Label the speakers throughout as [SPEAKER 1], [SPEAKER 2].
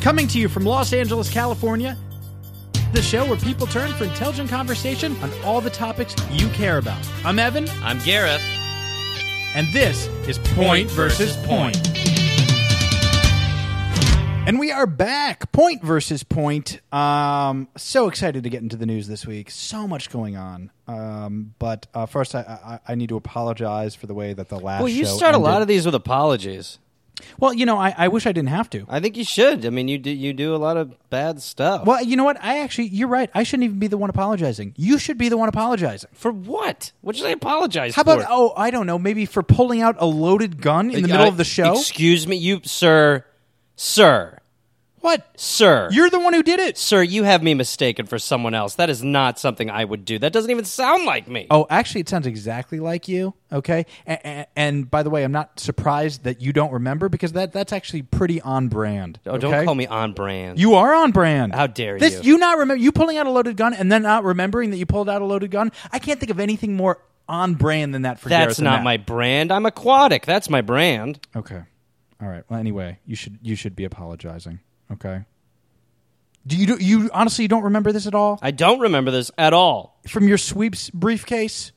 [SPEAKER 1] Coming to you from Los Angeles, California, the show where people turn for intelligent conversation on all the topics you care about. I'm Evan,
[SPEAKER 2] I'm Gareth.
[SPEAKER 1] and this is Point versus Point. And we are back. Point versus point. Um, so excited to get into the news this week. So much going on. Um, but uh, first, I, I, I need to apologize for the way that the last.
[SPEAKER 2] Well, you
[SPEAKER 1] show
[SPEAKER 2] start a
[SPEAKER 1] ended.
[SPEAKER 2] lot of these with apologies.
[SPEAKER 1] Well, you know, I, I wish I didn't have to.
[SPEAKER 2] I think you should. I mean, you do you do a lot of bad stuff.
[SPEAKER 1] Well, you know what? I actually, you're right. I shouldn't even be the one apologizing. You should be the one apologizing.
[SPEAKER 2] For what? What should I apologize
[SPEAKER 1] How about?
[SPEAKER 2] for?
[SPEAKER 1] Oh, I don't know. Maybe for pulling out a loaded gun in the
[SPEAKER 2] Uh,
[SPEAKER 1] middle of the show.
[SPEAKER 2] Excuse me, you sir, sir,
[SPEAKER 1] what?
[SPEAKER 2] sir.
[SPEAKER 1] You're the one who did it.
[SPEAKER 2] Sir, you have me mistaken for someone else. That is not something I would do. That doesn't even sound like me.
[SPEAKER 1] Oh, actually, it sounds exactly like you. Okay, and, and, by the way, I'm not surprised that you don't remember because that that's actually pretty on brand.
[SPEAKER 2] Oh, don't
[SPEAKER 1] okay?
[SPEAKER 2] call me on brand.
[SPEAKER 1] You are on brand.
[SPEAKER 2] How dare
[SPEAKER 1] this,
[SPEAKER 2] you.
[SPEAKER 1] You not remember you pulling out a loaded gun and then not remembering that you pulled out a loaded gun. I can't think of anything more on brand than that for
[SPEAKER 2] That's
[SPEAKER 1] Garrison
[SPEAKER 2] not
[SPEAKER 1] Mack.
[SPEAKER 2] my brand. I'm aquatic. That's my brand.
[SPEAKER 1] Okay. All right. Well, anyway, you should you should be apologizing. Okay. Do you do you honestly you don't remember this at all
[SPEAKER 2] I don't remember this at all.
[SPEAKER 1] from your sweeps briefcase?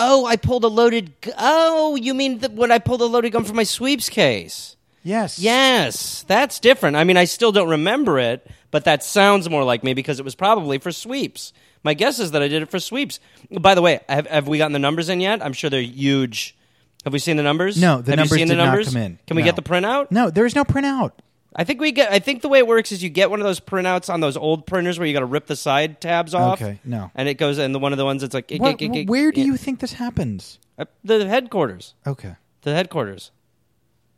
[SPEAKER 2] Oh, I pulled a loaded. Gu- oh, you mean the, when I pulled a loaded gun from my sweeps case?
[SPEAKER 1] Yes.
[SPEAKER 2] Yes, that's different. I mean, I still don't remember it, but that sounds more like me because it was probably for sweeps. My guess is that I did it for sweeps. By the way, have, have we gotten the numbers in yet? I'm sure they're huge. Have we seen the numbers?
[SPEAKER 1] No, the
[SPEAKER 2] have
[SPEAKER 1] numbers
[SPEAKER 2] you seen
[SPEAKER 1] did
[SPEAKER 2] the
[SPEAKER 1] not
[SPEAKER 2] numbers?
[SPEAKER 1] come in.
[SPEAKER 2] Can we
[SPEAKER 1] No.
[SPEAKER 2] get the printout?
[SPEAKER 1] No, there is no printout.
[SPEAKER 2] I think we get. I think the way it works is you get one of those printouts on those old printers where you got to rip the side tabs off.
[SPEAKER 1] Okay, no.
[SPEAKER 2] and it goes in the one of the ones that's like.
[SPEAKER 1] What, where do you think this happens?
[SPEAKER 2] Uh, The headquarters.
[SPEAKER 1] Okay.
[SPEAKER 2] the headquarters.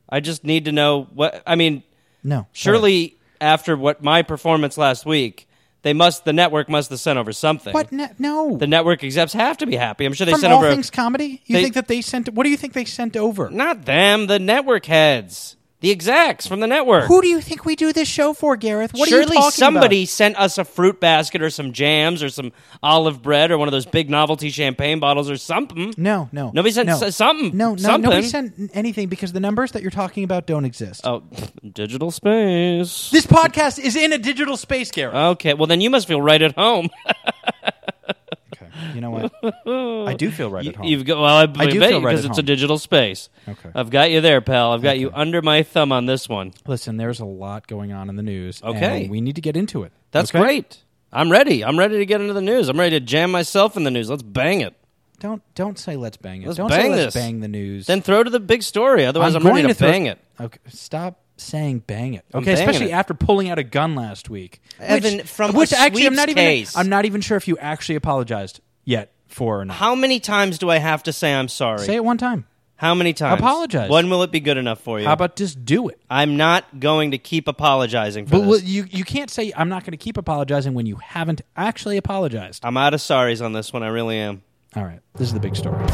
[SPEAKER 2] I just need to know what I mean.
[SPEAKER 1] No.
[SPEAKER 2] Surely, after what my performance last week, they must the network must have sent over something.
[SPEAKER 1] What? Ne- no.
[SPEAKER 2] The network execs have to be happy. I'm sure they
[SPEAKER 1] From
[SPEAKER 2] sent
[SPEAKER 1] all
[SPEAKER 2] over a-
[SPEAKER 1] things comedy, you
[SPEAKER 2] they-
[SPEAKER 1] think that they sent? What do you think they sent over?
[SPEAKER 2] not them, the network heads, the execs from the network.
[SPEAKER 1] Who do you think we do this show for, Gareth? What are you
[SPEAKER 2] Surely
[SPEAKER 1] talking
[SPEAKER 2] somebody
[SPEAKER 1] about?
[SPEAKER 2] sent us a fruit basket or some jams or some olive bread or one of those big novelty champagne bottles or something.
[SPEAKER 1] No, no.
[SPEAKER 2] Nobody sent
[SPEAKER 1] no.
[SPEAKER 2] s- something.
[SPEAKER 1] No, no, nobody
[SPEAKER 2] Something.
[SPEAKER 1] sent anything because the numbers that you're talking about don't exist.
[SPEAKER 2] Oh, digital space.
[SPEAKER 1] This podcast is in a digital space, Gareth.
[SPEAKER 2] Okay, well then you must feel right at home.
[SPEAKER 1] Okay. You know what? I do feel right at home.
[SPEAKER 2] You've got well, I,
[SPEAKER 1] I do
[SPEAKER 2] bet
[SPEAKER 1] feel
[SPEAKER 2] you
[SPEAKER 1] right
[SPEAKER 2] because
[SPEAKER 1] at
[SPEAKER 2] it's a
[SPEAKER 1] home.
[SPEAKER 2] digital space.
[SPEAKER 1] Okay.
[SPEAKER 2] I've got you there, pal. I've got you under my thumb on this one.
[SPEAKER 1] Listen, there's a lot going on in the news.
[SPEAKER 2] Okay.
[SPEAKER 1] and we need to get into it.
[SPEAKER 2] That's
[SPEAKER 1] okay?
[SPEAKER 2] great. I'm ready. I'm ready to get into the news. I'm ready to jam myself in the news. Let's bang it.
[SPEAKER 1] Don't don't say let's bang it.
[SPEAKER 2] Let's
[SPEAKER 1] don't
[SPEAKER 2] bang
[SPEAKER 1] say let's
[SPEAKER 2] this.
[SPEAKER 1] bang the news.
[SPEAKER 2] Then throw to the big story. Otherwise, I'm, ready
[SPEAKER 1] going
[SPEAKER 2] to,
[SPEAKER 1] throw-
[SPEAKER 2] bang it.
[SPEAKER 1] Okay. Stop saying bang it.
[SPEAKER 2] I'm
[SPEAKER 1] Okay,
[SPEAKER 2] banging
[SPEAKER 1] especially
[SPEAKER 2] it.
[SPEAKER 1] after pulling out a gun last week.
[SPEAKER 2] Evan,
[SPEAKER 1] which,
[SPEAKER 2] from
[SPEAKER 1] which
[SPEAKER 2] a
[SPEAKER 1] actually I'm not
[SPEAKER 2] sweeps
[SPEAKER 1] even
[SPEAKER 2] case.
[SPEAKER 1] I'm not even sure if you actually apologized yet for or not.
[SPEAKER 2] How many times do I have to say I'm sorry?
[SPEAKER 1] Say it one time.
[SPEAKER 2] How many times?
[SPEAKER 1] Apologize.
[SPEAKER 2] When will it be good enough for you?
[SPEAKER 1] How about just do it?
[SPEAKER 2] I'm not going to keep apologizing for
[SPEAKER 1] But
[SPEAKER 2] this.
[SPEAKER 1] well, you you can't say I'm not going to keep apologizing when you haven't actually apologized.
[SPEAKER 2] I'm out of sorries on this one. I really am.
[SPEAKER 1] All right, this is the big story.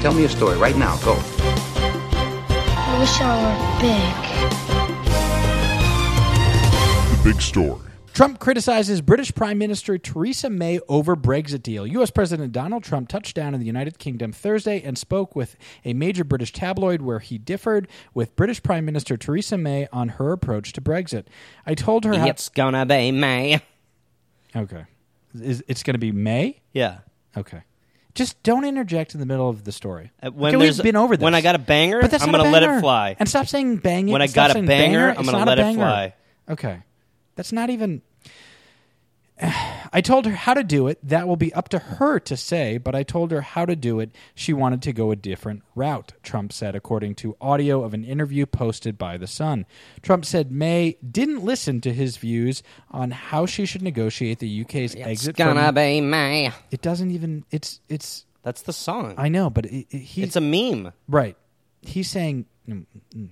[SPEAKER 3] Tell me a story right now. Go.
[SPEAKER 4] I wish I were big.
[SPEAKER 5] Big story.
[SPEAKER 1] Trump criticizes British Prime Minister Theresa May over Brexit deal. U.S. President Donald Trump touched down in the United Kingdom Thursday and spoke with a major British tabloid where he differed with British Prime Minister Theresa May on her approach to Brexit. I told her
[SPEAKER 2] It's gonna be May.
[SPEAKER 1] how. Okay. Is, it's going to be May?
[SPEAKER 2] Yeah.
[SPEAKER 1] Okay. Just don't interject in the middle of the story.
[SPEAKER 2] Uh, when
[SPEAKER 1] Okay,
[SPEAKER 2] there's-
[SPEAKER 1] we've been over this.
[SPEAKER 2] when I got a banger,
[SPEAKER 1] but that's
[SPEAKER 2] I'm
[SPEAKER 1] not a
[SPEAKER 2] gonna let it
[SPEAKER 1] banger.
[SPEAKER 2] fly.
[SPEAKER 1] And stop saying bang it.
[SPEAKER 2] When I
[SPEAKER 1] Stop
[SPEAKER 2] got a
[SPEAKER 1] saying
[SPEAKER 2] banger, I'm
[SPEAKER 1] It's
[SPEAKER 2] gonna
[SPEAKER 1] not a
[SPEAKER 2] let it
[SPEAKER 1] banger.
[SPEAKER 2] fly.
[SPEAKER 1] Okay, that's not even. I told her how to do it. That will be up to her to say, but I told her how to do it. She wanted to go a different route, Trump said, according to audio of an interview posted by The Sun. Trump said May didn't listen to his views on how she should negotiate the UK's exit. from-
[SPEAKER 2] be May.
[SPEAKER 1] it doesn't even. It's it's.
[SPEAKER 2] That's the song.
[SPEAKER 1] I know, but it, it, he.
[SPEAKER 2] it's a meme.
[SPEAKER 1] Right. He's saying. mm, mm.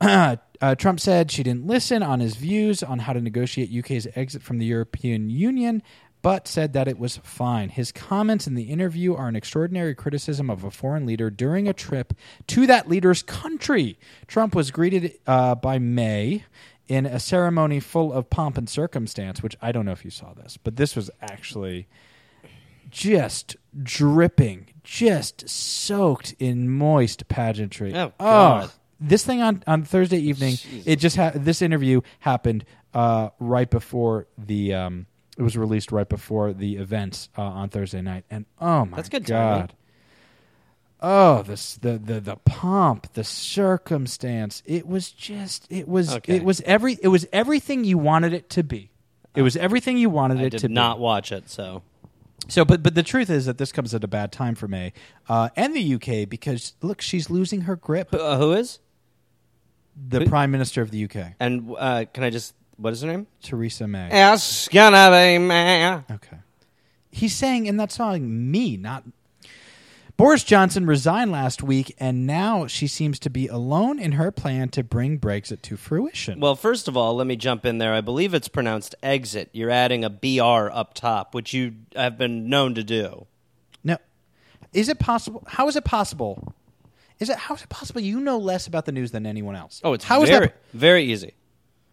[SPEAKER 1] Uh, Trump said she didn't listen on his views on how to negotiate UK's exit from the European Union, but said that it was fine. His comments in the interview are an extraordinary criticism of a foreign leader during a trip to that leader's country. Trump was greeted uh, by May in a ceremony full of pomp and circumstance, which I don't know if you saw this, but this was actually just dripping, just soaked in moist pageantry.
[SPEAKER 2] Oh, God.
[SPEAKER 1] this thing on, on Thursday evening, it just ha- this interview happened uh, right before the um, it was released right before the events uh, on Thursday night, and oh my
[SPEAKER 2] That's good timing.
[SPEAKER 1] god, oh this the, the the pomp, the circumstance, it was just it was
[SPEAKER 2] Okay.
[SPEAKER 1] it was every it was everything you wanted it to be. It was everything you wanted
[SPEAKER 2] I
[SPEAKER 1] it to
[SPEAKER 2] did
[SPEAKER 1] be.
[SPEAKER 2] not watch it, so
[SPEAKER 1] So, but but the truth is that this comes at a bad time for May uh, and the UK because look, she's losing her grip.
[SPEAKER 2] uh, who is?
[SPEAKER 1] The Prime Minister of the UK,
[SPEAKER 2] And uh, can I just what is her name?
[SPEAKER 1] Theresa May.
[SPEAKER 2] It's gonna be me.
[SPEAKER 1] okay, he's saying in that song, "Me, not." Boris Johnson resigned last week, and now she seems to be alone in her plan to bring Brexit to fruition.
[SPEAKER 2] Well, first of all, let me jump in there. I believe it's pronounced exit. You're adding a br up top, which you have been known to do.
[SPEAKER 1] no, is it possible? How is it possible? Is it how is it possible you know less about the news than anyone else? how is
[SPEAKER 2] Oh, very,
[SPEAKER 1] that?
[SPEAKER 2] very easy.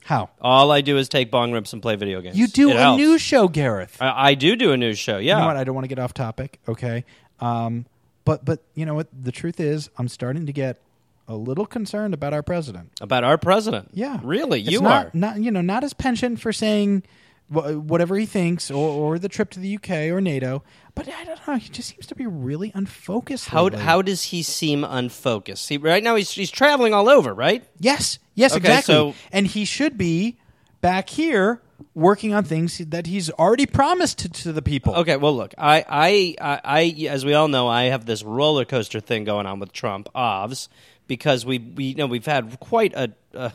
[SPEAKER 1] How
[SPEAKER 2] All I do is take bong rips and play video games.
[SPEAKER 1] you do
[SPEAKER 2] It
[SPEAKER 1] a
[SPEAKER 2] helps.
[SPEAKER 1] news show, Gareth?
[SPEAKER 2] I, I do do a news show. Yeah,
[SPEAKER 1] you know what? I don't want to get off topic. Okay. Um, but but you know what? The truth is, I'm starting to get a little concerned about our president.
[SPEAKER 2] about our president.
[SPEAKER 1] Yeah,
[SPEAKER 2] really,
[SPEAKER 1] It's
[SPEAKER 2] you
[SPEAKER 1] not,
[SPEAKER 2] are.
[SPEAKER 1] not you know not his penchant for saying wh- whatever he thinks or, or the trip to the UK or NATO. But I don't know. He just seems to be really unfocused.
[SPEAKER 2] How
[SPEAKER 1] lately.
[SPEAKER 2] how does he seem unfocused? He, right now he's he's traveling all over, right?
[SPEAKER 1] Yes, yes,
[SPEAKER 2] Okay,
[SPEAKER 1] exactly.
[SPEAKER 2] so-
[SPEAKER 1] and he should be back here working on things that he's already promised to, to the people.
[SPEAKER 2] Okay, well, look, I, I, I, I, as we all know, I have this roller coaster thing going on with Trump, ovs, because we, we, you know, we've had quite a,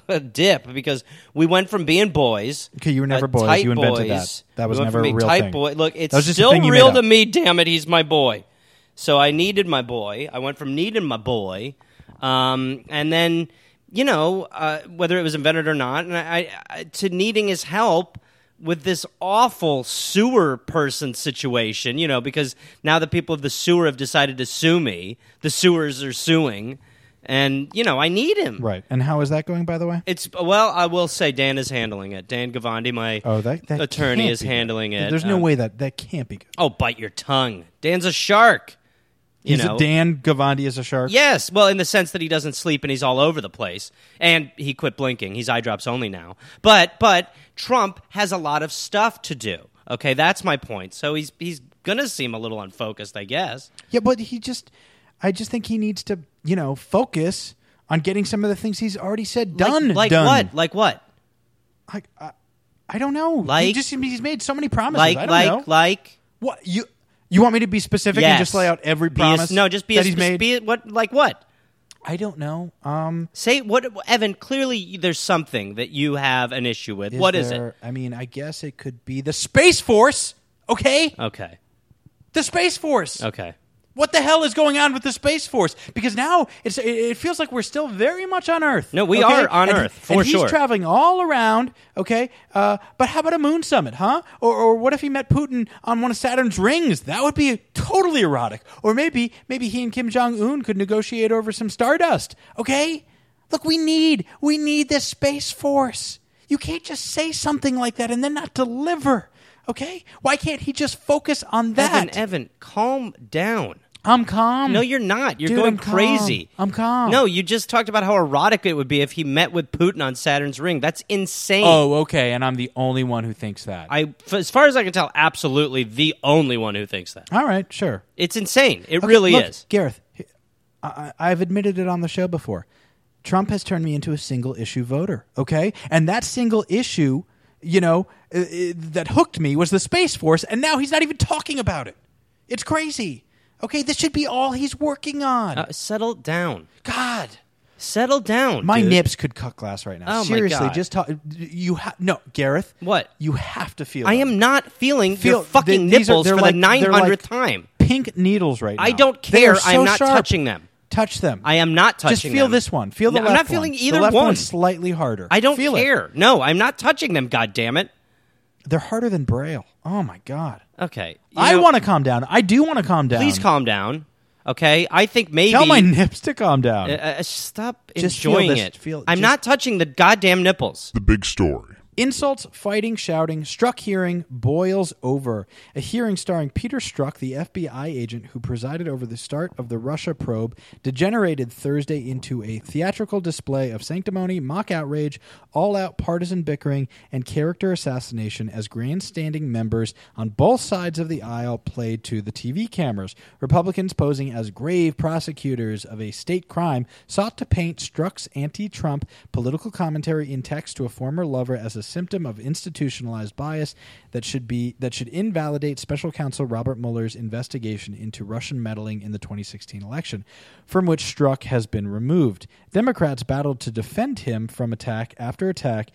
[SPEAKER 2] a dip because we went from being boys.
[SPEAKER 1] Okay, you were never
[SPEAKER 2] uh,
[SPEAKER 1] boys.
[SPEAKER 2] tight
[SPEAKER 1] You invented
[SPEAKER 2] boys.
[SPEAKER 1] that. That was
[SPEAKER 2] we went
[SPEAKER 1] never
[SPEAKER 2] from
[SPEAKER 1] a
[SPEAKER 2] being
[SPEAKER 1] real
[SPEAKER 2] tight
[SPEAKER 1] thing.
[SPEAKER 2] Boy. Look, it's
[SPEAKER 1] That was just a
[SPEAKER 2] still
[SPEAKER 1] thing you
[SPEAKER 2] real
[SPEAKER 1] made
[SPEAKER 2] to
[SPEAKER 1] up.
[SPEAKER 2] me. Damn it, he's my boy. So I needed my boy. I went from needing my boy, um, and then you know uh, whether it was invented or not, and I, I to needing his help with this awful sewer person situation. You know because now the people of the sewer have decided to sue me. The sewers are suing, and you know I need him.
[SPEAKER 1] Right. And how is that going, by the way?
[SPEAKER 2] It's well, I will say Dan is handling it. Dan Gavandi, my
[SPEAKER 1] Oh, that, that
[SPEAKER 2] attorney,
[SPEAKER 1] can't
[SPEAKER 2] is
[SPEAKER 1] be
[SPEAKER 2] handling
[SPEAKER 1] good.
[SPEAKER 2] it.
[SPEAKER 1] There's no
[SPEAKER 2] Um,
[SPEAKER 1] way that that can't be good.
[SPEAKER 2] Oh, bite your tongue. Dan's a shark. You
[SPEAKER 1] He's
[SPEAKER 2] know?
[SPEAKER 1] a Dan Gavandi is a shark.
[SPEAKER 2] Yes, well, in the sense that he doesn't sleep and he's all over the place, and he quit blinking. He's eye drops only now. But but Trump has a lot of stuff to do. Okay, that's my point. So he's he's gonna seem a little unfocused, I guess.
[SPEAKER 1] Yeah, but he just, I just think he needs to, you know, focus on getting some of the things he's already said
[SPEAKER 2] Like-
[SPEAKER 1] done.
[SPEAKER 2] Like,
[SPEAKER 1] done.
[SPEAKER 2] what? Like what?
[SPEAKER 1] Like, I, I don't know. he
[SPEAKER 2] Like-
[SPEAKER 1] just he's made so many promises.
[SPEAKER 2] Like
[SPEAKER 1] I don't
[SPEAKER 2] like
[SPEAKER 1] know.
[SPEAKER 2] like.
[SPEAKER 1] what you you want me to be specific and
[SPEAKER 2] Yes.
[SPEAKER 1] just lay out every
[SPEAKER 2] Be a-
[SPEAKER 1] promise?
[SPEAKER 2] no, just be
[SPEAKER 1] that
[SPEAKER 2] a,
[SPEAKER 1] he's made.
[SPEAKER 2] Be a, what like what?
[SPEAKER 1] I don't know. Um,
[SPEAKER 2] Say what, Evan. Clearly, there's something that you have an issue with. What is
[SPEAKER 1] there- I mean, I guess it could be the space force. Okay,
[SPEAKER 2] it? Okay,
[SPEAKER 1] the space force.
[SPEAKER 2] okay.
[SPEAKER 1] What the hell is going on with the space force? Because now it's it, it feels like we're still very much on Earth.
[SPEAKER 2] No, we are on
[SPEAKER 1] And
[SPEAKER 2] Earth, for
[SPEAKER 1] and
[SPEAKER 2] sure.
[SPEAKER 1] He's traveling all around. Okay, uh, but how about a moon summit, huh? Or, or what if he met Putin on one of Saturn's rings? That would be totally erotic. Or maybe maybe he and Kim Jong Un could negotiate over some stardust. Okay, look, we need we need this space force. You can't just say something like that and then not deliver. Okay, why can't he just focus on that?
[SPEAKER 2] Evan, Evan, calm down.
[SPEAKER 1] I'm calm.
[SPEAKER 2] No, you're not. You're
[SPEAKER 1] Dude,
[SPEAKER 2] going
[SPEAKER 1] I'm calm.
[SPEAKER 2] crazy.
[SPEAKER 1] I'm calm.
[SPEAKER 2] No, you just talked about how erotic it would be if he met with Putin on Saturn's ring. That's insane.
[SPEAKER 1] Oh, okay. And I'm the only one who thinks that.
[SPEAKER 2] I, f- as far as I can tell, absolutely the only one who thinks that.
[SPEAKER 1] All right, sure.
[SPEAKER 2] It's insane. It really
[SPEAKER 1] Look,
[SPEAKER 2] is.
[SPEAKER 1] Gareth, I, I- I've admitted it on the show before. Trump has turned me into a single issue voter, okay? And that single issue, you know, uh, uh, that hooked me was the Space Force, and now he's not even talking about it. It's crazy. Okay, this should be all he's working on.
[SPEAKER 2] Uh, settle down.
[SPEAKER 1] God.
[SPEAKER 2] Settle down.
[SPEAKER 1] My
[SPEAKER 2] dude.
[SPEAKER 1] nips could cut glass right now.
[SPEAKER 2] Oh, my
[SPEAKER 1] Seriously,
[SPEAKER 2] God.
[SPEAKER 1] just talk. You ha- no, Gareth.
[SPEAKER 2] What?
[SPEAKER 1] You have to feel.
[SPEAKER 2] I
[SPEAKER 1] it.
[SPEAKER 2] am not feeling
[SPEAKER 1] feel-
[SPEAKER 2] your fucking
[SPEAKER 1] th- these are-
[SPEAKER 2] nipples
[SPEAKER 1] they're
[SPEAKER 2] for
[SPEAKER 1] like-
[SPEAKER 2] the
[SPEAKER 1] they're
[SPEAKER 2] 900th
[SPEAKER 1] like
[SPEAKER 2] time.
[SPEAKER 1] Pink needles right now.
[SPEAKER 2] I don't
[SPEAKER 1] They
[SPEAKER 2] care.
[SPEAKER 1] are so
[SPEAKER 2] I'm not
[SPEAKER 1] sharp.
[SPEAKER 2] touching them.
[SPEAKER 1] Touch them.
[SPEAKER 2] I am not touching
[SPEAKER 1] Just feel
[SPEAKER 2] them.
[SPEAKER 1] this one. Feel the
[SPEAKER 2] No, I'm
[SPEAKER 1] left
[SPEAKER 2] not feeling
[SPEAKER 1] one.
[SPEAKER 2] either
[SPEAKER 1] the left
[SPEAKER 2] one.
[SPEAKER 1] one's slightly harder.
[SPEAKER 2] I don't
[SPEAKER 1] Feel it.
[SPEAKER 2] care. No, I'm not touching them. God damn it.
[SPEAKER 1] They're harder than Braille. Oh my god.
[SPEAKER 2] Okay. You
[SPEAKER 1] I
[SPEAKER 2] know,
[SPEAKER 1] want to calm down. I do want to calm down.
[SPEAKER 2] Please calm down. Okay. I think maybe.
[SPEAKER 1] Tell my nips to calm down.
[SPEAKER 2] Uh, uh, stop
[SPEAKER 1] Just feel
[SPEAKER 2] enjoying
[SPEAKER 1] this-
[SPEAKER 2] it.
[SPEAKER 1] feel-
[SPEAKER 2] I'm
[SPEAKER 1] just-
[SPEAKER 2] not touching the goddamn nipples.
[SPEAKER 5] The big story.
[SPEAKER 1] Insults, fighting, shouting, Struck hearing boils over. A hearing starring Peter Struck, the FBI agent who presided over the start of the Russia probe, degenerated Thursday into a theatrical display of sanctimony, mock outrage, all out partisan bickering, and character assassination as grandstanding members on both sides of the aisle played to the TV cameras. Republicans posing as grave prosecutors of a state crime sought to paint Strzok's anti Trump political commentary in text to a former lover as a symptom of institutionalized bias that should be that should invalidate special counsel Robert Mueller's investigation into Russian meddling in the 2016 election, from which Strzok has been removed. Democrats battled to defend him from attack after attack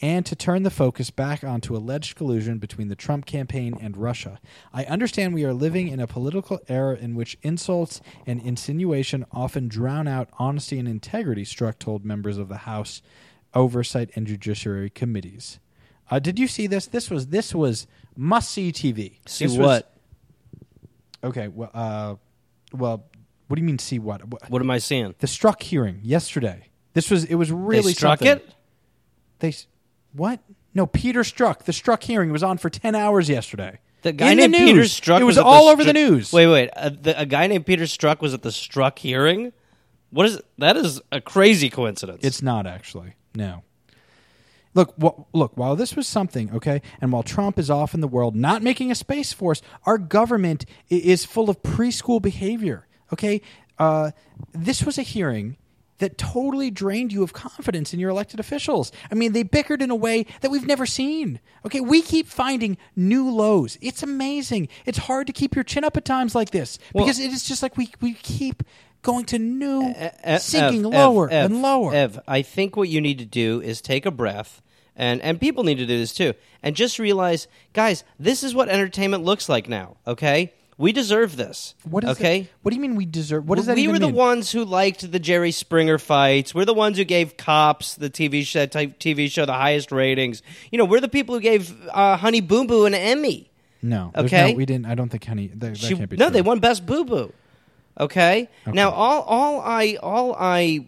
[SPEAKER 1] and to turn the focus back onto alleged collusion between the Trump campaign and Russia. I understand we are living in a political era in which insults and insinuation often drown out honesty and integrity, Struck told members of the House Oversight and Judiciary Committees. Uh, did you see this? This was this was must see TV.
[SPEAKER 2] See
[SPEAKER 1] This was-
[SPEAKER 2] what?
[SPEAKER 1] okay. Well, uh, well, what do you mean see what? What-
[SPEAKER 2] What am I seeing?
[SPEAKER 1] The Struck hearing yesterday. This was it was really
[SPEAKER 2] they struck
[SPEAKER 1] something.
[SPEAKER 2] it.
[SPEAKER 1] They s- what? No, Peter Struck. The Struck hearing was on for ten hours yesterday.
[SPEAKER 2] The guy
[SPEAKER 1] In
[SPEAKER 2] named Peter
[SPEAKER 1] news.
[SPEAKER 2] Strzok.
[SPEAKER 1] It was,
[SPEAKER 2] at
[SPEAKER 1] all over
[SPEAKER 2] Str-
[SPEAKER 1] the news.
[SPEAKER 2] Wait, wait. Uh, the, a guy named Peter Strzok was at the Strzok hearing. What is that? Is a crazy coincidence.
[SPEAKER 1] It's not actually. No. Look, wh- look. While this was something, okay, and while Trump is off in the world not making a space force, our government i- is full of preschool behavior. Okay, uh, this was a hearing that totally drained you of confidence in your elected officials. I mean, they bickered in a way that we've never seen. Okay, we keep finding new lows. It's amazing. It's hard to keep your chin up at times like this because it is just like we we keep going to new
[SPEAKER 2] E-
[SPEAKER 1] sinking
[SPEAKER 2] Ev, Ev,
[SPEAKER 1] lower
[SPEAKER 2] Ev,
[SPEAKER 1] and lower.
[SPEAKER 2] Ev, I think what you need to do is take a breath, and and people need to do this too, and just realize, guys, this is what entertainment looks like now. Okay, we deserve this.
[SPEAKER 1] What is
[SPEAKER 2] okay?
[SPEAKER 1] that- What do you mean we deserve? What does that
[SPEAKER 2] we
[SPEAKER 1] even
[SPEAKER 2] were the
[SPEAKER 1] mean?
[SPEAKER 2] ones who liked the Jerry Springer fights. We're the ones who gave Cops, the TV show, type TV show, the highest ratings. You know, we're the people who gave uh, Honey Boo Boo an Emmy.
[SPEAKER 1] No, there's
[SPEAKER 2] Okay.
[SPEAKER 1] no, we didn't. I don't think any. That, that
[SPEAKER 2] She-
[SPEAKER 1] can't be
[SPEAKER 2] no,
[SPEAKER 1] true.
[SPEAKER 2] they won Best Boo Boo. Okay? Now all all I all I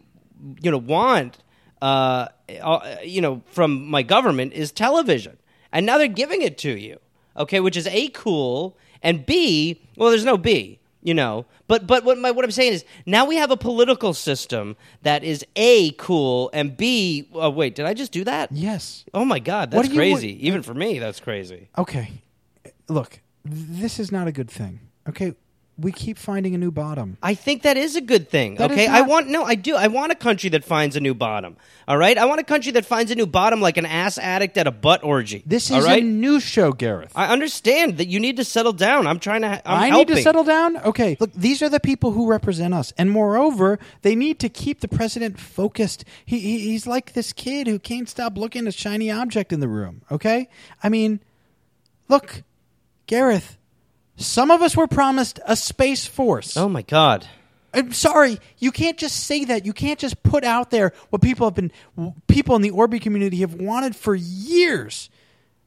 [SPEAKER 2] you know want uh, uh you know from my government is television. And now they're giving it to you. Okay, which is A cool and B, well there's no B, you know. But but what my what I'm saying is now we have a political system that is A cool and B oh wait, did I just do that?
[SPEAKER 1] Yes.
[SPEAKER 2] Oh my god,
[SPEAKER 1] What
[SPEAKER 2] that's
[SPEAKER 1] do you want-
[SPEAKER 2] crazy. Even for me, that's crazy.
[SPEAKER 1] Okay. Look, this is not a good thing. Okay, we keep finding a new bottom.
[SPEAKER 2] I think that is a good thing.
[SPEAKER 1] That is
[SPEAKER 2] okay,
[SPEAKER 1] not-
[SPEAKER 2] I want no, I do. I want a country that finds a new bottom. All right, I want a country that finds a new bottom, like an ass addict at a butt orgy.
[SPEAKER 1] This
[SPEAKER 2] all
[SPEAKER 1] is
[SPEAKER 2] right?
[SPEAKER 1] a new show, Gareth.
[SPEAKER 2] I understand that you need to settle down. I'm trying to. I'm
[SPEAKER 1] I need
[SPEAKER 2] helping.
[SPEAKER 1] to settle down. Okay, look, these are the people who represent us, and moreover, they need to keep the president focused. He, he he's like this kid who can't stop looking at a shiny object in the room. Okay, I mean, look, Gareth, some of us were promised a space force.
[SPEAKER 2] Oh my god.
[SPEAKER 1] I'm sorry, you can't just say that. You can't just put out there what people have been, people in the Orbi community have wanted for years,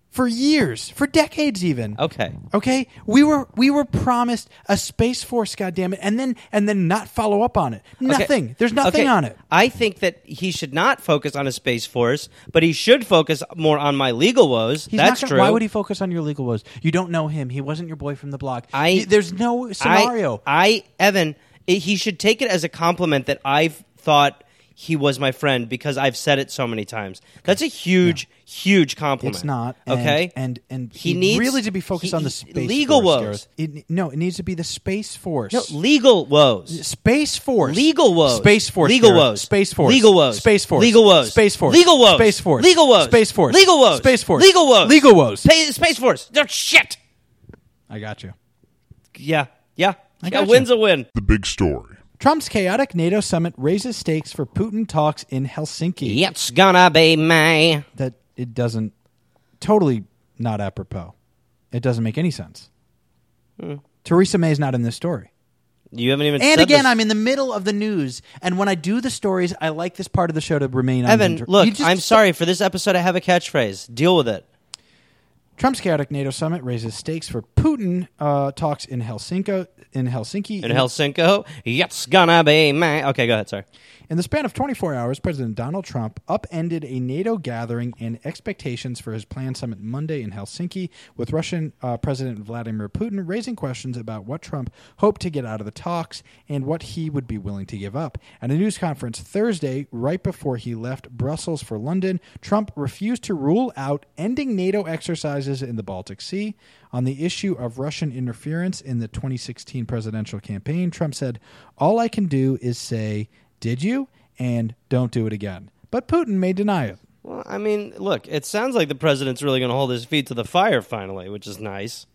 [SPEAKER 1] for years, for decades, even.
[SPEAKER 2] Okay.
[SPEAKER 1] Okay, we were we were promised a space force, goddammit, and then and then not follow up on it.
[SPEAKER 2] Okay.
[SPEAKER 1] Nothing. There's nothing
[SPEAKER 2] Okay.
[SPEAKER 1] on it.
[SPEAKER 2] I think that he should not focus on a space force, but he should focus more on my legal woes.
[SPEAKER 1] He's
[SPEAKER 2] That's
[SPEAKER 1] not gonna,
[SPEAKER 2] true.
[SPEAKER 1] Why would he focus on your legal woes? You don't know him. He wasn't your boy from the block.
[SPEAKER 2] I-
[SPEAKER 1] Y- there's no scenario.
[SPEAKER 2] I, I Evan, i he should take it as a compliment that I've thought he was my friend because I've said it so many times. That's a huge, huge compliment.
[SPEAKER 1] It's not and-
[SPEAKER 2] okay.
[SPEAKER 1] and and
[SPEAKER 2] he needs
[SPEAKER 1] really to be focused
[SPEAKER 2] he-
[SPEAKER 1] on the
[SPEAKER 2] he-
[SPEAKER 1] space
[SPEAKER 2] legal
[SPEAKER 1] force,
[SPEAKER 2] woes.
[SPEAKER 1] Gareth. It, no, it needs to be the space force.
[SPEAKER 2] No, legal woes.
[SPEAKER 1] Space Force.
[SPEAKER 2] Legal woes.
[SPEAKER 1] Space Force.
[SPEAKER 2] Legal
[SPEAKER 1] Gareth.
[SPEAKER 2] woes.
[SPEAKER 1] Space Force.
[SPEAKER 2] Legal woes.
[SPEAKER 1] Space Force.
[SPEAKER 2] Legal woes.
[SPEAKER 1] Space Force.
[SPEAKER 2] Legal woes.
[SPEAKER 1] Space Force.
[SPEAKER 2] Legal woes.
[SPEAKER 1] Space Force.
[SPEAKER 2] Legal woes.
[SPEAKER 1] Space Force.
[SPEAKER 2] Legal woes.
[SPEAKER 1] Legal woes.
[SPEAKER 2] Pa- space force. They're shit.
[SPEAKER 1] I got you.
[SPEAKER 2] Yeah. Yeah.
[SPEAKER 1] got
[SPEAKER 2] a
[SPEAKER 1] you.
[SPEAKER 2] win's a win.
[SPEAKER 5] The big story.
[SPEAKER 1] Trump's chaotic NATO summit raises stakes for Putin talks in Helsinki.
[SPEAKER 2] It's gonna be me.
[SPEAKER 1] That it doesn't totally not apropos. It doesn't make any sense.
[SPEAKER 2] Hmm.
[SPEAKER 1] Theresa May's not in this story.
[SPEAKER 2] You haven't even.
[SPEAKER 1] And
[SPEAKER 2] said
[SPEAKER 1] again,
[SPEAKER 2] this.
[SPEAKER 1] I'm in the middle of the news, and when I do the stories, I like this part of the show to remain.
[SPEAKER 2] Evan,
[SPEAKER 1] uninter- You
[SPEAKER 2] look,
[SPEAKER 1] just-
[SPEAKER 2] I'm sorry for this episode. I have a catchphrase. Deal with it.
[SPEAKER 1] Trump's chaotic NATO summit raises stakes for Putin uh, talks in Helsinki. In Helsinki,
[SPEAKER 2] Mm-hmm. In Helsinki, it's gonna be man. Okay, go ahead. Sorry.
[SPEAKER 1] In the span of 24 hours, President Donald Trump upended a NATO gathering and expectations for his planned summit Monday in Helsinki with Russian uh, President Vladimir Putin, raising questions about what Trump hoped to get out of the talks and what he would be willing to give up. At a news conference Thursday, right before he left Brussels for London, Trump refused to rule out ending NATO exercises in the Baltic Sea. On the issue of Russian interference in the 2016 presidential campaign, Trump said, All I can do is say, Did you? and Don't do it again. But Putin may deny it.
[SPEAKER 2] Well, I mean, look, it sounds like the president's really going to hold his feet to the fire finally, which is nice.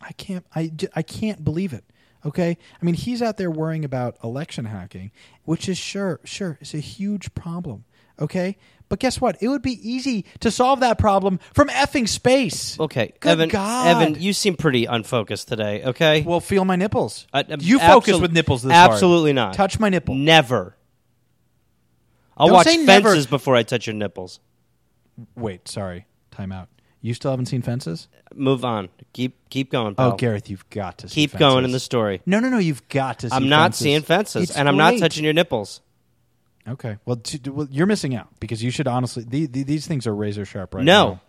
[SPEAKER 1] I can't. I, j- I can't believe it. Okay. I mean, he's out there worrying about election hacking, which is sure, sure, it's a huge problem. Okay. But guess what? It would be easy to solve that problem from effing space.
[SPEAKER 2] Okay,
[SPEAKER 1] Good
[SPEAKER 2] Evan.
[SPEAKER 1] God.
[SPEAKER 2] Evan, you seem pretty unfocused today. Okay.
[SPEAKER 1] Well, feel my nipples.
[SPEAKER 2] I- I'm
[SPEAKER 1] you focus
[SPEAKER 2] absol-
[SPEAKER 1] with nipples this hard.
[SPEAKER 2] Uh, um, Absolutely not.
[SPEAKER 1] Touch my nipple.
[SPEAKER 2] Never. I'll
[SPEAKER 1] Don't
[SPEAKER 2] watch
[SPEAKER 1] say
[SPEAKER 2] fences
[SPEAKER 1] never.
[SPEAKER 2] before I touch your nipples.
[SPEAKER 1] Wait, sorry. Time out. You still haven't seen Fences?
[SPEAKER 2] Move on. Keep keep going, pal.
[SPEAKER 1] Oh, Gareth, you've got to see
[SPEAKER 2] Keep
[SPEAKER 1] Fences.
[SPEAKER 2] going in the story.
[SPEAKER 1] No, no, no. You've got to see
[SPEAKER 2] I'm not
[SPEAKER 1] Fences.
[SPEAKER 2] seeing fences,
[SPEAKER 1] It's
[SPEAKER 2] and I'm not
[SPEAKER 1] great.
[SPEAKER 2] touching your nipples.
[SPEAKER 1] Okay. Well, t- t- well, you're missing out because you should honestly. The, the, these things are razor sharp right
[SPEAKER 2] No.
[SPEAKER 1] now.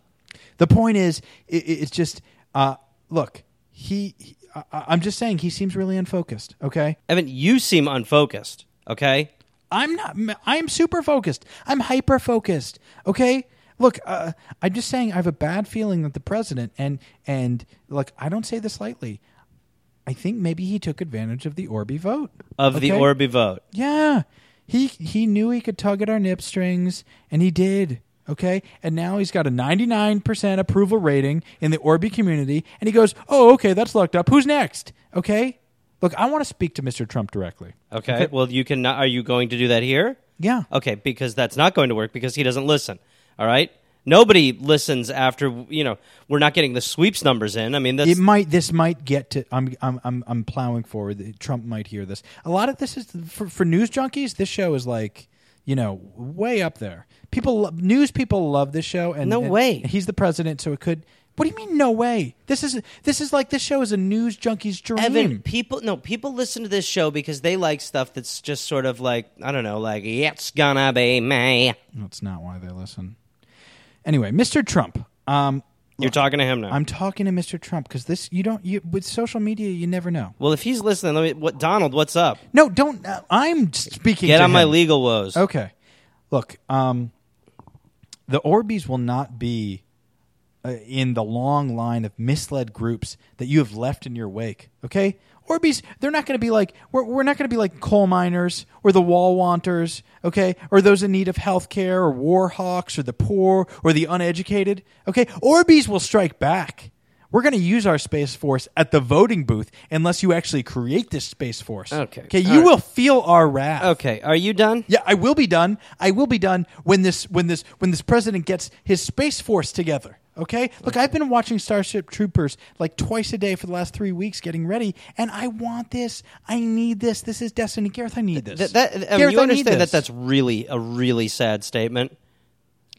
[SPEAKER 1] The point is, i i it's just uh, look. He, he I, I- I'm just saying, he seems really unfocused. Okay.
[SPEAKER 2] Evan, you seem unfocused. Okay.
[SPEAKER 1] I'm not. I'm super focused. I'm hyper focused. Okay. Look, uh, I'm just saying. I have a bad feeling that the president and and look, I don't say this lightly. I think maybe he took advantage of the Orby vote.
[SPEAKER 2] Of the
[SPEAKER 1] Okay?
[SPEAKER 2] Orby vote.
[SPEAKER 1] Yeah. He he knew he could tug at our nip strings, and he did. Okay, and now he's got a 99% approval rating in the Orby community, and he goes, "Oh, okay, that's locked up. Who's next?" Okay, look, I want to speak to Mr. Trump directly.
[SPEAKER 2] Okay. Well, you can. Are you going to do that here?
[SPEAKER 1] Yeah.
[SPEAKER 2] Okay, because that's not going to work because he doesn't listen. All right. Nobody listens after you know we're not getting the sweeps numbers in. I mean, that's
[SPEAKER 1] it might this might get to I'm I'm I'm, I'm plowing forward. that Trump might hear this. A lot of this is for, for news junkies. This show is like you know way up there. People lo- news people love this show. And
[SPEAKER 2] No
[SPEAKER 1] and
[SPEAKER 2] way.
[SPEAKER 1] he's the president, so it could. What do you mean? No way. This is this is like this show is a news junkie's dream.
[SPEAKER 2] Evan, people no people listen to this show because they like stuff that's just sort of like I don't know, like it's gonna be me.
[SPEAKER 1] That's not why they listen. Anyway, Mr. Trump. Um,
[SPEAKER 2] You're talking to him now.
[SPEAKER 1] I'm talking to Mr. Trump because this you don't you with social media you never know.
[SPEAKER 2] well, if he's listening, let me. What Donald? What's up?
[SPEAKER 1] No, don't. Uh, I'm speaking.
[SPEAKER 2] Get
[SPEAKER 1] to
[SPEAKER 2] on my
[SPEAKER 1] him.
[SPEAKER 2] legal woes.
[SPEAKER 1] Okay. Look, um, the Orbeez will not be uh, in the long line of misled groups that you have left in your wake. Okay? Orbeez, they're not going to be like, we're, we're not going to be like coal miners or the wall wanters, okay? Or those in need of health care or war hawks or the poor or the uneducated, okay? Orbeez will strike back. We're going to use our Space Force at the voting booth unless you actually create this Space Force.
[SPEAKER 2] Okay.
[SPEAKER 1] Okay,
[SPEAKER 2] All
[SPEAKER 1] you
[SPEAKER 2] right.
[SPEAKER 1] will feel our wrath.
[SPEAKER 2] Okay. Are you done?
[SPEAKER 1] Yeah, I will be done. I will be done when this when this when this president gets his space force together. Okay? Look, I've been watching Starship Troopers like twice a day for the last 3 weeks getting ready and I want this. I need this. This is destiny. Gareth, I need this.
[SPEAKER 2] Th- that- I mean,
[SPEAKER 1] Gareth,
[SPEAKER 2] you
[SPEAKER 1] I need
[SPEAKER 2] understand that
[SPEAKER 1] this.
[SPEAKER 2] that's really a really sad statement.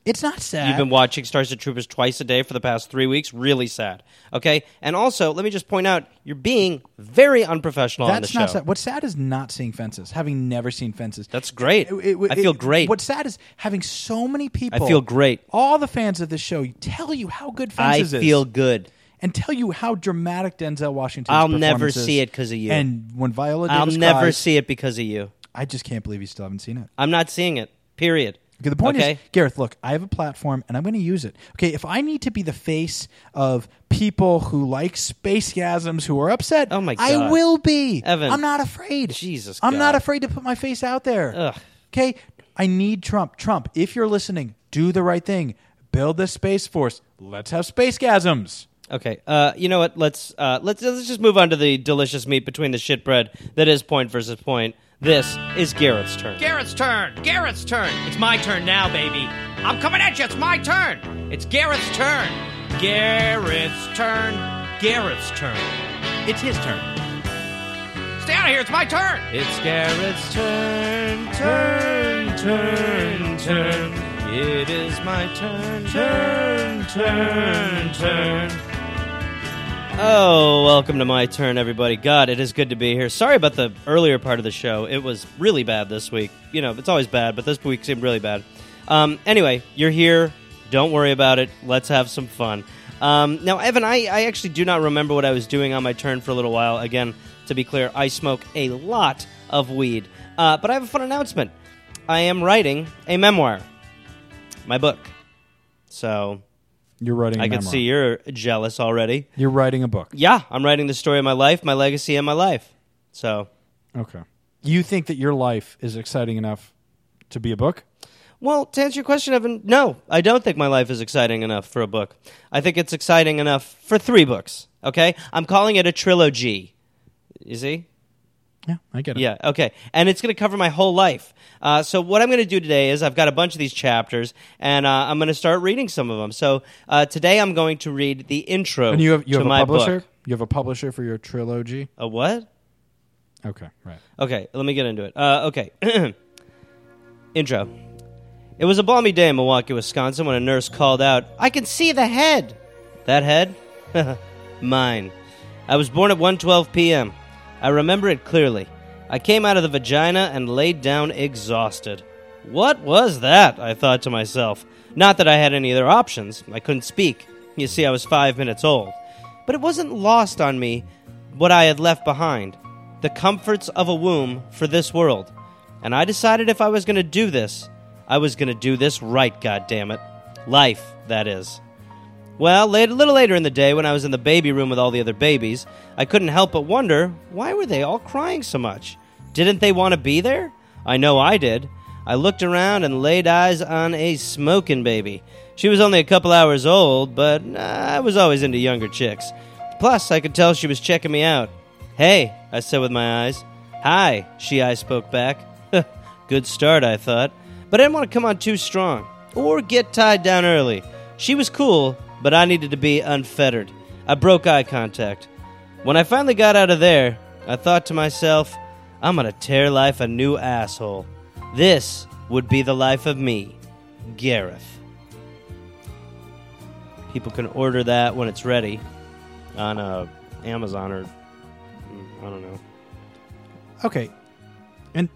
[SPEAKER 1] It's not sad.
[SPEAKER 2] You've been watching Starship Troopers twice a day for the past three weeks. Really sad. Okay. And also, let me just point out, you're being very unprofessional on the
[SPEAKER 1] that's
[SPEAKER 2] show.
[SPEAKER 1] not sad. What's sad is not seeing fences, having never seen fences.
[SPEAKER 2] That's great. I feel great.
[SPEAKER 1] What's sad is having so many people.
[SPEAKER 2] feel great.
[SPEAKER 1] All the fans of the show tell you how good
[SPEAKER 2] I
[SPEAKER 1] fences is.
[SPEAKER 2] feel good.
[SPEAKER 1] and tell you how dramatic Denzel Washington's
[SPEAKER 2] I'll never
[SPEAKER 1] performance is.
[SPEAKER 2] see it 'cause of you.
[SPEAKER 1] And when Viola
[SPEAKER 2] I'll
[SPEAKER 1] Davis
[SPEAKER 2] never
[SPEAKER 1] cries,
[SPEAKER 2] see it because of you.
[SPEAKER 1] I just can't believe you still haven't seen it.
[SPEAKER 2] I'm not seeing it. Period.
[SPEAKER 1] Okay, the point
[SPEAKER 2] okay?
[SPEAKER 1] is, Gareth, look, I have a platform and I'm going to use it. Okay, if I need to be the face of people who like spacegasms who are upset,
[SPEAKER 2] Oh my
[SPEAKER 1] I
[SPEAKER 2] God.
[SPEAKER 1] will be.
[SPEAKER 2] Evan.
[SPEAKER 1] I'm not afraid.
[SPEAKER 2] Jesus
[SPEAKER 1] I'm not
[SPEAKER 2] God.
[SPEAKER 1] afraid to put my face out there.
[SPEAKER 2] Ugh.
[SPEAKER 1] Okay, I need Trump. Trump, if you're listening, do the right thing. Build the space force. Let's have spacegasms.
[SPEAKER 2] Okay. Uh, you know what? Let's uh, let's let's just move on to the delicious meat between the shit bread that is point versus point. This is Garrett's turn.
[SPEAKER 3] Garrett's turn. Garrett's turn. It's my turn now, baby. I'm coming at you. It's my turn. It's Garrett's turn. Garrett's turn. Garrett's turn. It's his turn. Stay out of here. It's my turn. It's Garrett's turn. Turn, turn, turn. It is my turn. Turn, turn, turn.
[SPEAKER 2] Oh, welcome to my turn, everybody. God, it is good to be here. Sorry about the earlier part of the show. It was really bad this week. You know, it's always bad, but this week seemed really bad. Um, anyway, you're here. Don't worry about it. Let's have some fun. Um, now, Evan, I, I actually do not remember what I was doing on my turn for a little while. Again, to be clear, I smoke a lot of weed. Uh, but I have a fun announcement. I am writing a memoir, my book. So
[SPEAKER 1] You're writing. I
[SPEAKER 2] I can see you're jealous already.
[SPEAKER 1] You're writing a book.
[SPEAKER 2] Yeah, I'm writing the story of my life, my legacy, and my life. So,
[SPEAKER 1] Okay. You think that your life is exciting enough to be a book?
[SPEAKER 2] well, to answer your question, Evan, no, I don't think my life is exciting enough for a book. I think it's exciting enough for three books, okay? I'm calling it a trilogy. You see?
[SPEAKER 1] Yeah, I get it.
[SPEAKER 2] Yeah, okay. And it's going to cover my whole life. Uh, so, what I'm going to do today is I've got a bunch of these chapters, and uh, I'm going to start reading some of them. So, uh, today I'm going to read the intro
[SPEAKER 1] And you have you
[SPEAKER 2] to
[SPEAKER 1] have a
[SPEAKER 2] my
[SPEAKER 1] publisher.
[SPEAKER 2] book.
[SPEAKER 1] You have a publisher for your trilogy.
[SPEAKER 2] A what?
[SPEAKER 1] Okay, right.
[SPEAKER 2] Okay, let me get into it. Uh, okay. Intro. It was a balmy day in Milwaukee, Wisconsin when a nurse called out, I can see the head! That head? Mine. I was born at 1:12 p.m. I remember it clearly. I came out of the vagina and laid down exhausted. What was that? I thought to myself. Not that I had any other options. I couldn't speak. You see, I was five minutes old. But it wasn't lost on me what I had left behind the comforts of a womb for this world. And I decided if I was going to do this, I was going to do this right, goddammit. Life, that is. Well, late, a little later in the day, when I was in the baby room with all the other babies, I couldn't help but wonder why were they all crying so much? Didn't they want to be there? I know I did. I looked around and laid eyes on a smoking baby. She was only a couple hours old, but uh, I was always into younger chicks. Plus, I could tell she was checking me out. Hey, I said with my eyes. Hi, she I spoke back. Good start, I thought, but I didn't want to come on too strong or get tied down early. She was cool, but I needed to be unfettered. I broke eye contact. When I finally got out of there, I thought to myself, I'm gonna tear life a new asshole. This would be the life of me, Gareth. People can order that when it's ready on uh, Amazon or mm, I don't know.
[SPEAKER 1] Okay, and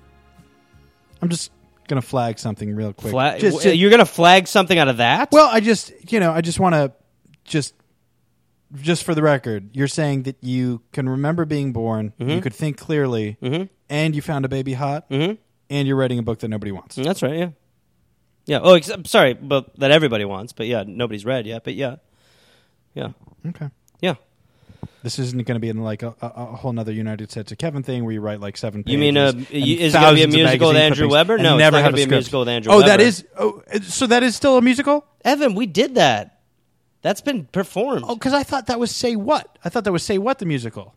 [SPEAKER 1] I'm just gonna flag something real quick.
[SPEAKER 2] Flag,
[SPEAKER 1] Just to-
[SPEAKER 2] you're gonna flag something out of that?
[SPEAKER 1] well, I just you know I just want to just just for the record, you're saying that you can remember being born,
[SPEAKER 2] Mm-hmm.
[SPEAKER 1] you could think clearly, and you found a baby hot, and you're writing a book that nobody wants.
[SPEAKER 2] That's right. Yeah. Yeah. Oh, except, sorry, but that everybody wants. But yeah, nobody's read yet. But yeah, yeah,
[SPEAKER 1] Okay.
[SPEAKER 2] yeah.
[SPEAKER 1] This isn't going to be in like a, a, a whole nother United States of Kevin thing where you write like seven. Pages
[SPEAKER 2] You mean, uh,
[SPEAKER 1] and
[SPEAKER 2] y- is it gonna
[SPEAKER 1] thousands
[SPEAKER 2] be a
[SPEAKER 1] of
[SPEAKER 2] musical with
[SPEAKER 1] magazine
[SPEAKER 2] Andrew
[SPEAKER 1] clippings
[SPEAKER 2] Weber?
[SPEAKER 1] and
[SPEAKER 2] No, it's
[SPEAKER 1] never
[SPEAKER 2] not gonna
[SPEAKER 1] have
[SPEAKER 2] be a
[SPEAKER 1] script.
[SPEAKER 2] musical with Andrew
[SPEAKER 1] Oh, that
[SPEAKER 2] Weber.
[SPEAKER 1] is. Oh, uh, so that is still a musical.
[SPEAKER 2] Evan, we did that. That's been performed.
[SPEAKER 1] Oh, because I thought that was say what? I thought that was say what the musical.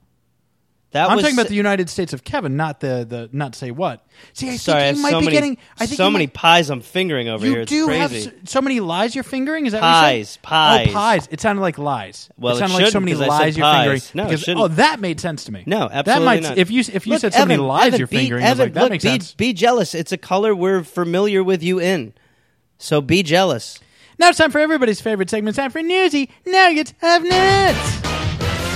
[SPEAKER 2] that
[SPEAKER 1] I'm
[SPEAKER 2] was,
[SPEAKER 1] talking about the United States of Kevin, not the the not say what. See, I
[SPEAKER 2] Sorry, I have
[SPEAKER 1] think you might
[SPEAKER 2] so
[SPEAKER 1] be
[SPEAKER 2] many,
[SPEAKER 1] getting. I think
[SPEAKER 2] so
[SPEAKER 1] you
[SPEAKER 2] many
[SPEAKER 1] might-
[SPEAKER 2] pies I'm fingering over
[SPEAKER 1] you
[SPEAKER 2] here. It's
[SPEAKER 1] do have
[SPEAKER 2] crazy.
[SPEAKER 1] so, so many lies you're fingering. Is that
[SPEAKER 2] Pies,
[SPEAKER 1] What you
[SPEAKER 2] pies.
[SPEAKER 1] said? Oh, pies. It sounded like lies.
[SPEAKER 2] Well,
[SPEAKER 1] it
[SPEAKER 2] it
[SPEAKER 1] sounded like so
[SPEAKER 2] shouldn't,
[SPEAKER 1] many
[SPEAKER 2] 'cause I
[SPEAKER 1] lies
[SPEAKER 2] said
[SPEAKER 1] you're
[SPEAKER 2] pies.
[SPEAKER 1] fingering.
[SPEAKER 2] No, it
[SPEAKER 1] because,
[SPEAKER 2] shouldn't.
[SPEAKER 1] oh, that made sense to me.
[SPEAKER 2] No, absolutely
[SPEAKER 1] That might
[SPEAKER 2] not.
[SPEAKER 1] if you if you
[SPEAKER 2] Look,
[SPEAKER 1] said so many
[SPEAKER 2] Evan,
[SPEAKER 1] lies
[SPEAKER 2] Evan,
[SPEAKER 1] you're
[SPEAKER 2] be-
[SPEAKER 1] fingering. I was
[SPEAKER 2] Evan,
[SPEAKER 1] like, that
[SPEAKER 2] look,
[SPEAKER 1] makes
[SPEAKER 2] be,
[SPEAKER 1] sense.
[SPEAKER 2] Be jealous. It's a color we're familiar with you in. So be jealous.
[SPEAKER 1] Now it's time for everybody's favorite segment. It's time for Newsy Nuggets of Nuts.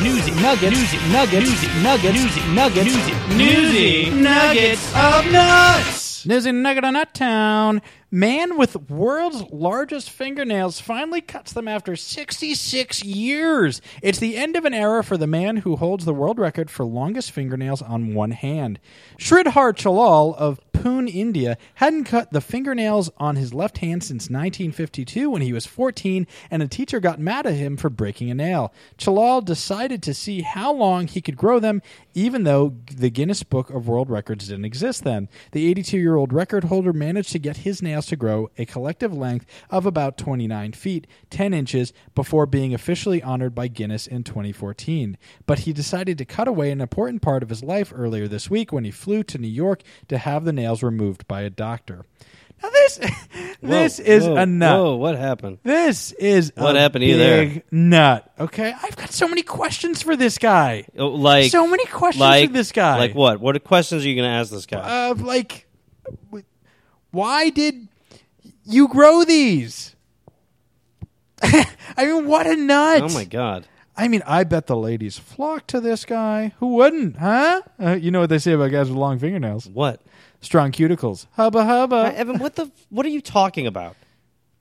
[SPEAKER 3] Newsy nuggets. Newsy nuggets. Newsy nuggets. Newsy nuggets. Newsy, nuggets.
[SPEAKER 1] of Nuts. Newsy Nugget of Nut Town. Man with world's largest fingernails finally cuts them after 66 years. It's the end of an era for the man who holds the world record for longest fingernails on one hand. Shridhar Chalal of Pune, India, hadn't cut the fingernails on his left hand since 1952 when he was 14, and a teacher got mad at him for breaking a nail. Chalal decided to see how long he could grow them, even though the Guinness Book of World Records didn't exist then. The 82 year old record holder managed to get his nails to grow a collective length of about 29 feet, 10 inches, before being officially honored by Guinness in 2014. But he decided to cut away an important part of his life earlier this week when he flew to New York to have the nails removed by a doctor. Now this this is
[SPEAKER 2] whoa,
[SPEAKER 1] a nut.
[SPEAKER 2] Whoa, what happened?
[SPEAKER 1] This is
[SPEAKER 2] What
[SPEAKER 1] a
[SPEAKER 2] happened to
[SPEAKER 1] big
[SPEAKER 2] you there?
[SPEAKER 1] nut. Okay, I've got so many questions for this guy.
[SPEAKER 2] Oh, Like
[SPEAKER 1] So many questions
[SPEAKER 2] like,
[SPEAKER 1] for this guy.
[SPEAKER 2] Like what? What questions are you going to ask this guy?
[SPEAKER 1] Uh, like, w- why did you grow these? I mean, what a nut!
[SPEAKER 2] oh my god!
[SPEAKER 1] I mean, I bet the ladies flock to this guy. Who wouldn't, huh? Uh, you know what they say about guys with long fingernails,
[SPEAKER 2] What?
[SPEAKER 1] strong cuticles, hubba
[SPEAKER 2] Uh,
[SPEAKER 1] hubba.
[SPEAKER 2] Evan, what the? What are you talking about?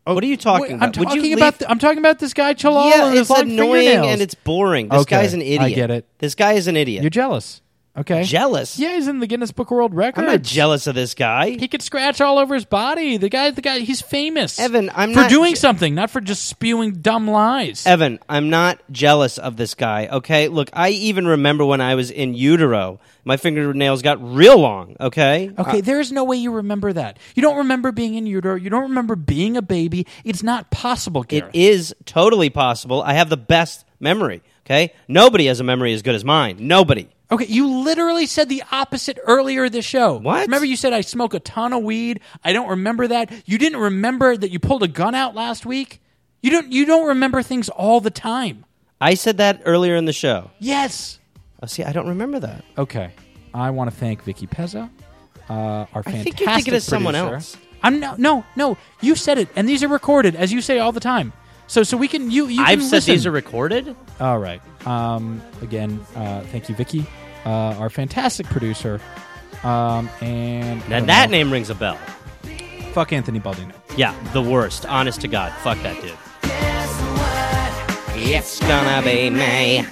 [SPEAKER 2] what are you talking
[SPEAKER 1] Oh, Wait, I'm
[SPEAKER 2] about? Would you
[SPEAKER 1] talking
[SPEAKER 2] leave-
[SPEAKER 1] about. the- I'm talking about this guy Chalal
[SPEAKER 2] yeah,
[SPEAKER 1] and his
[SPEAKER 2] it's
[SPEAKER 1] long
[SPEAKER 2] annoying
[SPEAKER 1] fingernails.
[SPEAKER 2] and it's boring. This
[SPEAKER 1] Okay,
[SPEAKER 2] guy's an
[SPEAKER 1] I
[SPEAKER 2] idiot.
[SPEAKER 1] get it.
[SPEAKER 2] This guy is an idiot.
[SPEAKER 1] You're jealous, okay?
[SPEAKER 2] jealous.
[SPEAKER 1] Yeah, he's in the Guinness Book of World
[SPEAKER 2] I'm
[SPEAKER 1] Records.
[SPEAKER 2] not jealous of this guy.
[SPEAKER 1] He could scratch all over his body. The guy, the guy, he's famous.
[SPEAKER 2] Evan, I'm
[SPEAKER 1] for
[SPEAKER 2] not
[SPEAKER 1] doing
[SPEAKER 2] je-
[SPEAKER 1] something, not for just spewing dumb lies.
[SPEAKER 2] Evan, I'm not jealous of this guy, okay? Look, I even remember when I was in utero, my fingernails got real long, okay?
[SPEAKER 1] Okay, there is no way you remember that. You don't remember being in utero. You don't remember being a baby. It's not possible,
[SPEAKER 2] It
[SPEAKER 1] Gareth.
[SPEAKER 2] is totally possible. I have the best memory, okay? Nobody has a memory as good as mine. Nobody.
[SPEAKER 1] okay, you literally said the opposite earlier this show.
[SPEAKER 2] What?
[SPEAKER 1] Remember, you said I smoke a ton of weed. I don't remember that. You didn't remember that you pulled a gun out last week. You don't. You don't remember things all the time.
[SPEAKER 2] I said that earlier in the show.
[SPEAKER 1] Yes.
[SPEAKER 2] Oh, see, I don't remember that.
[SPEAKER 1] Okay. I want to thank Vicky Pezza, uh, our fantastic
[SPEAKER 2] think you're thinking of someone
[SPEAKER 1] producer.
[SPEAKER 2] else.
[SPEAKER 1] I'm no, no, no. You said it, and these are recorded, as you say all the time. So, so we can you. you
[SPEAKER 2] I've
[SPEAKER 1] can
[SPEAKER 2] said
[SPEAKER 1] listen.
[SPEAKER 2] these are recorded?
[SPEAKER 1] all right. Um, again, uh, thank you, Vicky, uh, our fantastic producer. Um, and I
[SPEAKER 2] Now
[SPEAKER 1] don't
[SPEAKER 2] that
[SPEAKER 1] know.
[SPEAKER 2] name rings a bell.
[SPEAKER 1] fuck Anthony Baldino.
[SPEAKER 2] Yeah, the worst. Honest to God. Fuck that dude. It's gonna be me.